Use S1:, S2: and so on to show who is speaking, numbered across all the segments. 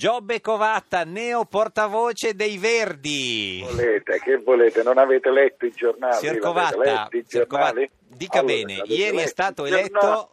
S1: Giobbe Covatta, neo portavoce dei Verdi.
S2: Volete, che volete? Non avete letto i giornali?
S1: Signor
S2: L'avete
S1: Covatta,
S2: letto i
S1: signor
S2: giornali?
S1: Covatta, dica
S2: Allora,
S1: bene,
S2: l'avete
S1: ieri è
S2: letto i
S1: stato
S2: giornali?
S1: eletto...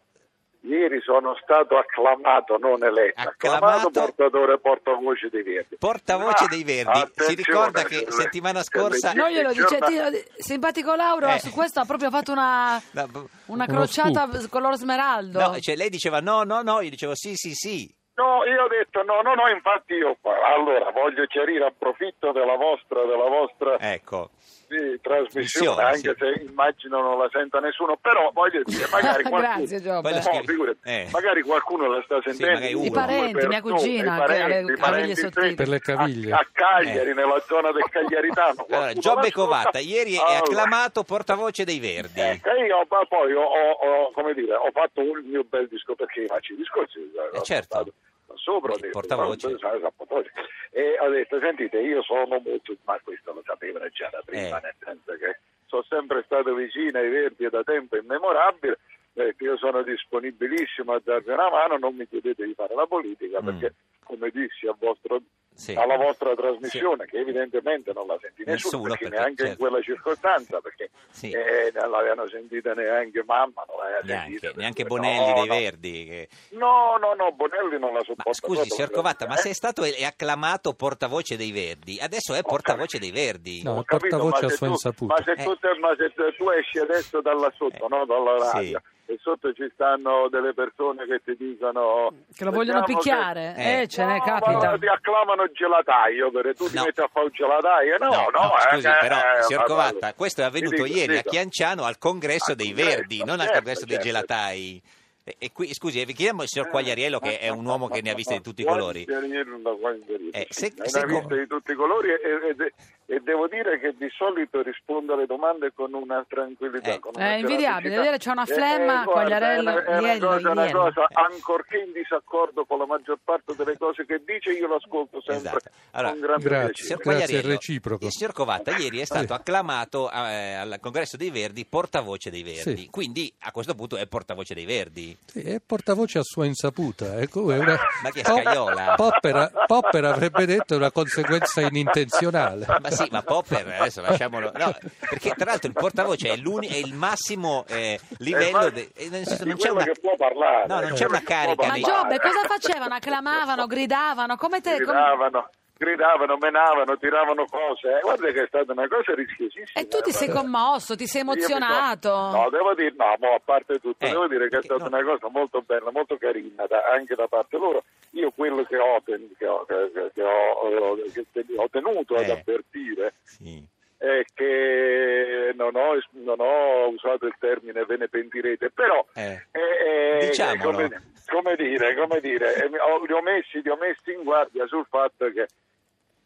S2: Ieri sono stato acclamato, non eletto,
S1: Acclamato.
S2: acclamato, portatore portavoce dei Verdi.
S1: Portavoce
S2: Ma,
S1: dei Verdi. Si
S2: attenzione,
S1: ricorda che
S2: se-
S1: settimana
S2: se
S1: scorsa-
S2: leggi
S3: No, glielo
S2: i
S3: dice
S2: giornali-
S3: ti- simpatico Lauro,
S1: Eh.
S3: su questo ha proprio fatto una,
S1: No, b-
S3: una
S4: uno
S3: crociata
S4: scoop.
S3: color smeraldo.
S1: No, cioè lei diceva no, no, no, io dicevo sì, sì, sì.
S2: No, io ho detto no, no, no, infatti io allora voglio chiarire, approfitto della vostra, della vostra
S1: Ecco.
S2: sì, trasmissione,
S1: Missione,
S2: anche
S1: sì.
S2: se immagino non la senta nessuno, però voglio dire, magari qualcuno...
S3: Grazie, Giobbe.
S1: Poi la
S2: No,
S1: scrivi-
S2: figurati,
S1: eh.
S2: magari qualcuno la sta sentendo.
S1: magari uno. I
S3: parenti,
S2: Per
S3: mia
S2: noi,
S3: cugina,
S2: i
S3: che
S2: parenti,
S3: ha
S2: i
S3: le caviglie
S2: parenti,
S3: sottili.
S2: sì,
S4: Per le caviglie.
S2: A, a Cagliari,
S1: Eh.
S2: nella zona del Cagliaritano.
S1: Allora,
S2: qualcuno
S1: Giobbe
S2: l'ascolta.
S1: Covatta, ieri è
S2: Allora,
S1: acclamato portavoce dei Verdi.
S2: Ecco, io ma poi ho, ho- ho- come dire, ho fatto un mio bel discorso perché faccio i discorsi. eh, ho
S1: certo.
S2: fatto da Sopra ho
S1: Il
S2: detto,
S1: portavoce.
S2: "Guarda, sai, sa, portavoce". E ho detto, sentite, io sono molto, ma questo lo sapevano già da prima,
S1: Eh.
S2: nel senso che sono sempre stato vicino ai Verdi da tempo immemorabile. ho detto, io sono disponibilissimo a darvi una mano, non mi chiedete di fare la politica
S1: Mm.
S2: perché, come dissi a vostro-
S1: Sì.
S2: alla vostra trasmissione, che evidentemente non la sentite
S1: Nessuno,
S2: nessuno, perché
S1: perché,
S2: neanche in
S1: certo.
S2: quella circostanza, perché
S1: Sì.
S2: eh, non l'avevano sentita neanche mamma, non l'aveva sentita,
S1: Neanche,
S2: per
S1: neanche
S2: cui
S1: Bonelli
S2: no,
S1: dei
S2: no.
S1: Verdi. che-
S2: No, no, no, Bonelli non la
S1: Ma
S2: sopporta.
S1: scusi,
S2: proprio,
S1: signor Covatta, ma
S2: eh.
S1: se è stato e- e acclamato portavoce dei Verdi, adesso è portavoce dei Verdi.
S4: No,
S2: Ho
S4: il portavoce
S2: ma
S4: a
S2: se
S4: sua
S2: tu-
S4: insaputa.
S2: Ma se, tu, ma se tu- tu esci adesso dalla sotto,
S1: Eh,
S2: no? dalla
S1: sì.
S2: radio, e sotto ci stanno delle persone che ti dicono...
S3: Che lo vogliono
S2: "Vediamo se-
S3: picchiare,
S1: Eh.
S3: eh, ce ne
S2: No,
S3: capita.
S2: ma ti acclamano gelataio, perché tu ti
S1: No.
S2: metti a fare un gelataio. No, no, eh,
S1: scusi,
S2: eh,
S1: però,
S2: eh,
S1: signor
S2: ma-
S1: Covatta, questo è
S2: ti
S1: avvenuto
S2: dico,
S1: ieri a
S2: dico.
S1: Chianciano al congresso
S2: Al
S1: dei
S2: congresso,
S1: Verdi, non al
S2: certo,
S1: congresso dei
S2: certo.
S1: gelatai. E, e qui, scusi, eh, vi chiediamo il signor Quagliariello, che è un uomo che ne ha viste di tutti i colori.
S2: Guagliariello, no, Guagliariello,
S1: Eh,
S2: sì,
S1: se-
S2: ne ha
S1: se-
S2: viste di tutti i colori e, e- e devo dire che di solito rispondo alle domande con una tranquillità.
S1: Eh.
S2: con
S3: È
S2: una
S3: invidiabile,
S2: serenità.
S3: ieri c'è una
S2: Eh,
S3: flemma,
S2: guarda,
S3: Quagliariello,
S2: è una- è una
S3: ieri,
S2: cosa- una
S3: ieri.
S2: cosa, ancorché in disaccordo con la maggior parte delle cose che dice, io l'ascolto sempre
S1: Esatto. Allora,
S2: con grande
S4: grazie.
S2: piacere.
S1: Signor
S4: Grazie,
S1: Quagliariello,
S4: è reciproco. Ah,
S1: Il signor Covatta ieri è stato
S4: Sì.
S1: acclamato eh, al congresso dei Verdi portavoce dei Verdi,
S4: Sì.
S1: quindi a questo punto è portavoce dei Verdi.
S4: Sì, è portavoce a sua insaputa. Ecco, è una...
S1: Ma chi è
S4: Po-
S1: Scagliola?
S4: Popper, Popper avrebbe detto una conseguenza inintenzionale.
S1: Ma sì, ma Popper adesso lasciamolo. No, perché tra l'altro il portavoce è, l'uni- è il massimo eh, livello.
S2: ma-
S1: de- eh, nel senso,
S2: di
S1: non c'è
S2: quello
S1: una-
S2: che può parlare,
S1: No,
S2: di
S1: non c'è
S2: quello
S1: una
S2: che può
S1: carica.
S3: Ma
S2: parlare.
S1: nei-
S3: Giobbe, cosa facevano? Acclamavano, gridavano, come te... come-
S2: Gridavano, gridavano, menavano, tiravano cose. eh. Guarda che è stata una cosa rischiosissima.
S3: E tu ti sei
S2: guarda.
S3: commosso, ti sei
S2: Io mi so- No,
S3: emozionato.
S2: devo dire, no, mo, a parte tutto,
S1: Eh,
S2: devo dire che è
S1: perché
S2: stata
S1: no.
S2: una cosa molto bella, molto carina da- anche da parte loro. Io quello che ho, ten- che ho- che- che ho- che te- ho tenuto ad
S1: Eh.
S2: avvertire
S1: Sì.
S2: è che non ho, es- non ho usato il termine ve ne pentirete, però
S1: Eh.
S2: eh, eh,
S1: Diciamolo.
S2: Come, come dire, come dire, eh, mi- ho- li, ho messi, li ho messi in guardia sul fatto che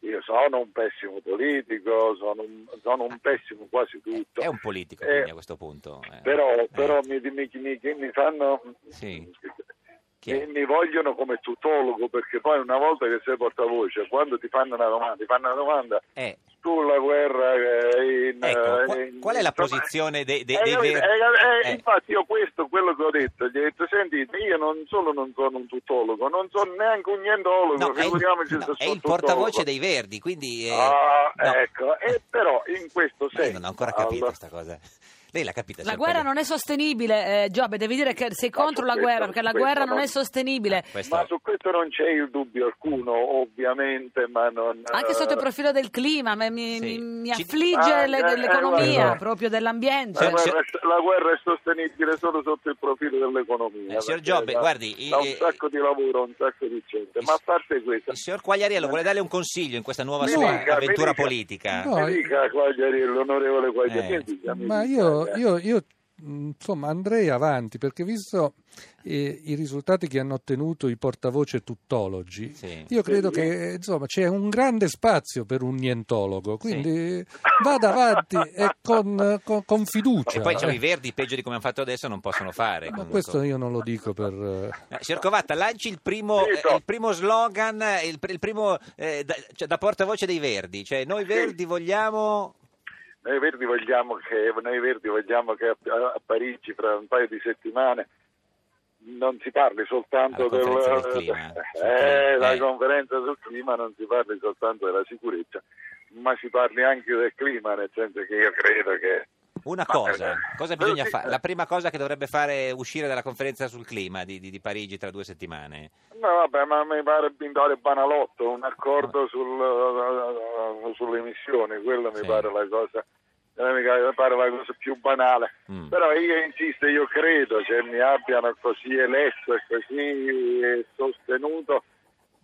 S2: io sono un pessimo politico, sono un, sono un pessimo quasi tutto.
S1: È un politico
S2: Eh,
S1: quindi a questo punto. eh.
S2: però,
S1: Eh,
S2: però mi, mi- mi- mi fanno
S1: Sì. chi è?
S2: mi, mi vogliono come tutologo perché poi una volta che sei portavoce quando ti fanno una domanda ti fanno una domanda
S1: Eh,
S2: sulla guerra eh, in,
S1: Ecco,
S2: eh,
S1: qua-
S2: in-
S1: qual è la
S2: insomma,
S1: posizione dei- dei-
S2: eh,
S1: dei
S2: capito?
S1: Verdi?
S2: Eh, eh,
S1: Eh.
S2: infatti io questo quello che ho detto gli ho detto sentite io non solo non sono un tutologo non sono neanche un nientologo
S1: no, è il,
S2: figuriamoci
S1: no,
S2: se
S1: è
S2: sono
S1: il portavoce
S2: tutologo.
S1: dei Verdi, quindi. eh,
S2: Ah,
S1: no.
S2: ecco e però in questo
S1: Ma io
S2: senso
S1: non ho ancora capito
S2: allora-
S1: questa cosa. Lei l'ha capita?
S3: La
S1: signor
S3: guerra
S1: Pellegrini?
S3: non è sostenibile, eh, Giobbe, devi dire che sei
S2: Ma
S3: contro
S2: su
S3: la
S2: questo-
S3: guerra, perché la
S2: questo Eh.
S3: guerra non
S2: no.
S3: è sostenibile.
S1: Questo- eh,
S2: Ma su questo non c'è il dubbio alcuno, ovviamente, ma non...
S3: Anche sotto il
S2: eh,
S3: profilo del clima, me- mi,
S1: Sì.
S3: mi- mi
S1: Ci-
S3: affligge
S2: Ah,
S3: le-
S2: eh, eh,
S3: l'economia,
S4: guarda.
S3: proprio
S2: La
S3: dell'ambiente.
S1: Signor-
S2: guerra, la guerra è sostenibile solo sotto il profilo dell'economia.
S1: Eh, signor
S2: perché
S1: Giobbe,
S2: da-
S1: guardi,
S2: Da
S1: eh,
S2: un sacco di lavoro, un sacco di gente. Ma a parte questo...
S1: Il signor Quagliariello vuole darle un consiglio in questa nuova
S2: Mi
S1: sua
S2: dica, mi
S1: avventura
S2: dica.
S1: politica?
S4: No,
S2: Mi dica, Quagliariello, onorevole Quagliariello.
S1: Eh.
S2: mi dica, mi
S4: Ma
S2: dica,
S4: io,
S2: eh.
S4: io- io, mh, insomma andrei avanti perché visto eh, i risultati che hanno ottenuto i portavoce tuttologi,
S1: Sì.
S4: io credo
S2: Sì.
S4: che eh, insomma, c'è un grande spazio per un nientologo, quindi vada avanti e con, eh, con- con fiducia.
S1: E poi diciamo,
S4: Eh,
S1: i verdi, peggio di come hanno fatto adesso, non possono fare.
S4: Ma
S1: comunque.
S4: questo io non lo dico per... eh,
S1: Eh, signor Covatta, lanci il primo,
S2: Sì,
S1: eh,
S2: so.
S1: il primo slogan, eh, il, pr- il primo eh, da, cioè, da portavoce dei verdi. Cioè, noi verdi vogliamo...
S2: Noi Verdi vogliamo che, noi Verdi vogliamo che a, a Parigi fra un paio di settimane non si parli soltanto
S1: Alla conferenza
S2: del-
S1: del clima.
S2: Eh, la
S1: Eh.
S2: conferenza sul clima non si parli soltanto della sicurezza, ma si parli anche del clima, nel senso che io credo che
S1: Una
S2: Ma- eh,
S1: cosa, cosa bisogna
S2: Sì.
S1: fare? La prima cosa che dovrebbe fare uscire dalla conferenza sul clima di, di- di Parigi tra due settimane.
S2: No, vabbè, ma mi pare Bindore Banalotto, un accordo sul- sulle missioni, quello
S1: Sì.
S2: mi pare la cosa eh, mi pare la cosa più banale.
S1: Mm.
S2: Però io insisto, io credo che mi abbiano così eletto e così sostenuto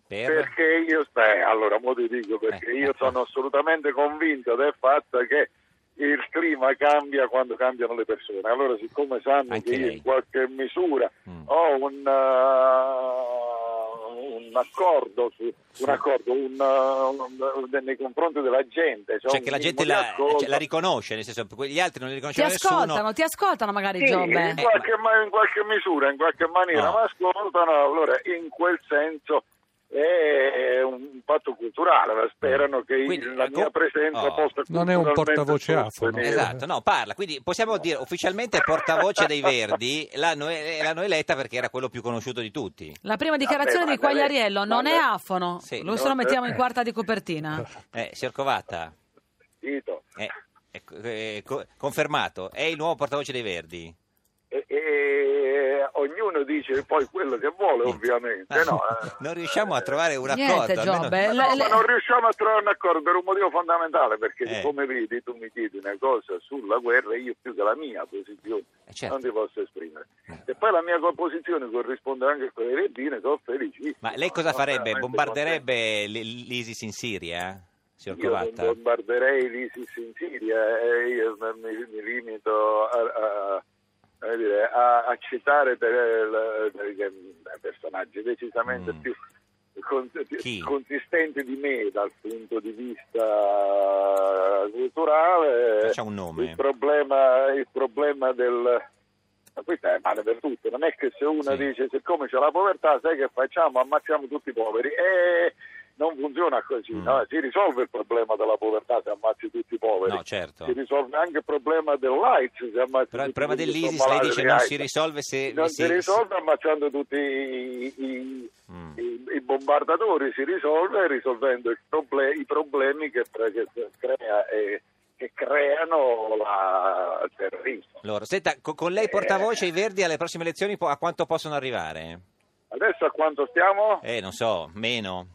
S1: Per?
S2: perché io, beh, allora, mo ti dico perché
S1: Eh,
S2: io
S1: eh.
S2: sono assolutamente convinto del fatto che il clima cambia quando cambiano le persone. Allora, siccome sanno
S1: Anche
S2: che io
S1: lei.
S2: in qualche misura
S1: Mm.
S2: ho un, eh, un accordo, su, un accordo un, eh, un- nei confronti della gente.
S1: Cioè
S2: un
S1: che la
S2: minimo
S1: gente
S2: di
S1: la,
S2: accordo.
S1: cioè, la riconosce, nel senso gli altri non li
S3: Ti
S1: riconosce nessuno.
S3: ascoltano, ti ascoltano magari
S2: Sì,
S3: Giobbe.
S2: in, qualche, ma- in qualche misura, in qualche maniera,
S1: No.
S2: ma ascoltano, allora in quel senso è un fatto culturale, ma sperano che
S1: Quindi,
S2: la
S1: ecco-
S2: mia presenza
S1: oh.
S2: possa
S4: Non è un
S2: culturalmente
S4: portavoce afono.
S2: sostenere.
S1: Esatto, no, parla, quindi possiamo dire ufficialmente portavoce dei Verdi l'hanno, eh, l'hanno eletta perché era quello più conosciuto di tutti.
S3: La prima dichiarazione
S2: Vabbè,
S3: di
S2: ma dai,
S3: Quagliariello non
S2: ma
S3: è
S2: dai.
S3: afono,
S1: Sì,
S3: lo
S1: no,
S3: se lo mettiamo
S2: eh.
S3: in quarta di copertina.
S1: Eh, signor Covatta,
S2: Dito.
S1: eh, ecco, eh, co- confermato, è il nuovo portavoce dei Verdi.
S2: E, e ognuno dice poi quello che vuole,
S1: Niente.
S2: ovviamente.
S1: Ah,
S2: Eh, No, Eh,
S1: non riusciamo a trovare un accordo.
S3: Niente,
S1: almeno-
S3: Giobbe.
S2: No,
S3: Eh, Le-
S2: ma
S3: le-
S2: non riusciamo a trovare un accordo per un motivo fondamentale, perché
S1: Eh.
S2: come vedi tu mi chiedi una cosa sulla guerra, io più che la mia posizione
S1: Eh, certo.
S2: non ti posso esprimere.
S1: Eh.
S2: E poi la mia posizione corrisponde anche a quelle reddine, sono felicissimo.
S1: Ma lei cosa
S2: Sono
S1: farebbe?
S2: veramente
S1: Bombarderebbe l- l'ISIS in Siria, signor
S2: contento. Io non
S1: Covatta?
S2: bombarderei l'ISIS in Siria e eh, io mi, mi limito a, a- come dire, a- a citare per- per- per- personaggi decisamente
S1: Mm.
S2: più con-
S1: Chi?
S2: consistenti di me dal punto di vista culturale.
S1: Faccia un nome.
S2: Il problema, il problema del... ma Questo è male per tutti, non è che se uno
S1: Sì.
S2: dice siccome c'è la povertà, sai che facciamo? Ammazziamo tutti i poveri. E non funziona così,
S1: Mm.
S2: no? si risolve il problema della povertà se ammazzi tutti i poveri.
S1: No, certo.
S2: Si risolve anche il problema dell'AIDS se ammazzi
S1: Però il
S2: tutti
S1: problema
S2: quelli che sono
S1: dell'ISIS, lei
S2: malati
S1: dice,
S2: di
S1: non
S2: AIDS.
S1: si risolve se...
S2: Non
S1: se-
S2: si risolve ammazzando tutti i, i-
S1: Mm.
S2: i- i bombardatori, si risolve risolvendo il proble- i problemi che, pre- che crea- eh, che creano la- il terrorismo.
S1: Allora, senta, co- con
S2: Eh.
S1: lei portavoce i Verdi alle prossime elezioni po- a quanto possono arrivare?
S2: Adesso a quanto stiamo?
S1: Eh, non so, meno.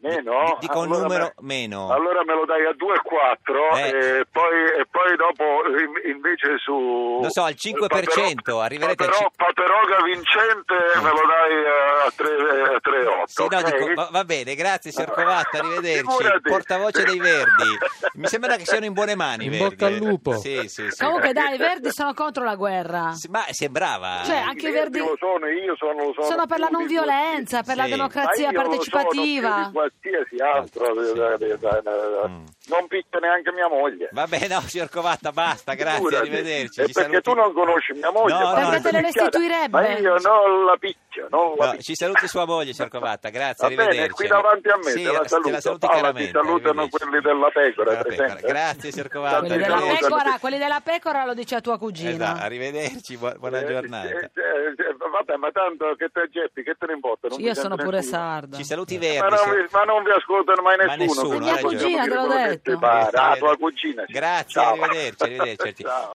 S2: Meno?
S1: Di- dico un
S2: Allora
S1: numero
S2: me-
S1: meno.
S2: Allora me lo dai a 2,4
S1: Eh.
S2: e, poi, e poi dopo in- invece su...
S1: Lo so, al 5% arriverete al
S2: Però
S1: cin-
S2: Paperoga vincente me lo dai eh, a tre- a 3,8.
S1: Sì, no,
S2: ok?
S1: dico, va, va bene, grazie signor Covatta, arrivederci.
S2: Figurati.
S1: Portavoce dei Verdi. Mi sembra che siano in buone mani. i
S4: In
S1: Verdi. eh.
S4: bocca al lupo.
S1: Sì, sì, sì.
S3: Comunque dai, i Verdi sono contro la guerra.
S1: Sì, Ma sembrava.
S3: Cioè, anche i
S2: Io
S3: Verdi
S2: lo sono, io sono, lo sono,
S3: sono per la
S2: più
S3: non
S2: di
S3: violenza, per la
S1: Sì.
S2: tutti. Ma
S3: democrazia
S2: io lo sono più
S3: partecipativa.
S2: di qualsiasi altro,
S1: Sì.
S2: eh, eh, eh,
S1: Mm.
S2: non picchia neanche mia moglie.
S1: Va bene, no, signor Covatta, basta, grazie,
S2: Figurati.
S1: arrivederci.
S2: Eh,
S1: ci
S2: perché
S1: saluti.
S2: tu non conosci mia moglie,
S1: No,
S2: ma
S1: no,
S3: Perché te le
S2: mi picchiate.
S3: restituirebbe.
S2: Ma io non la picchio, non la
S1: No,
S2: picchio.
S1: ci saluti sua moglie, signor Covatta, grazie,
S2: Va bene,
S1: arrivederci.
S2: qui davanti a me,
S1: Sì,
S2: te la saluto.
S1: saluti
S2: Paola,
S1: caramente,
S2: ti salutano
S1: arrivederci.
S2: quelli della pecora,
S1: Della pecora.
S2: presente?
S1: Grazie, signor Covatta.
S3: Quelli della
S1: arrivederci.
S3: pecora, quelli della pecora lo dice a tua
S1: Esatto,
S3: cugina.
S1: arrivederci, buo- buona
S2: Eh,
S1: giornata.
S2: eh, eh, eh, vabbè, ma tanto che te Geppi, che te ne importa? Non mi
S3: Io sono
S2: sente
S3: pure
S2: nessuno.
S3: sarda.
S1: Ci saluti i
S2: Ma
S1: Verdi.
S2: non,
S1: signor-
S2: vi, Eh, ma non vi ascoltano mai
S1: Ma
S2: nessuno.
S1: nessuno,
S2: quindi
S1: Mia
S2: possiamo
S1: cugina,
S2: dire
S3: te l'ho
S2: quello che
S3: detto.
S2: ti pare. Ah, tua
S1: Arrivederci.
S2: cugina. sì.
S1: Grazie,
S2: Ciao.
S1: arrivederci, arrivederci.
S2: Ciao.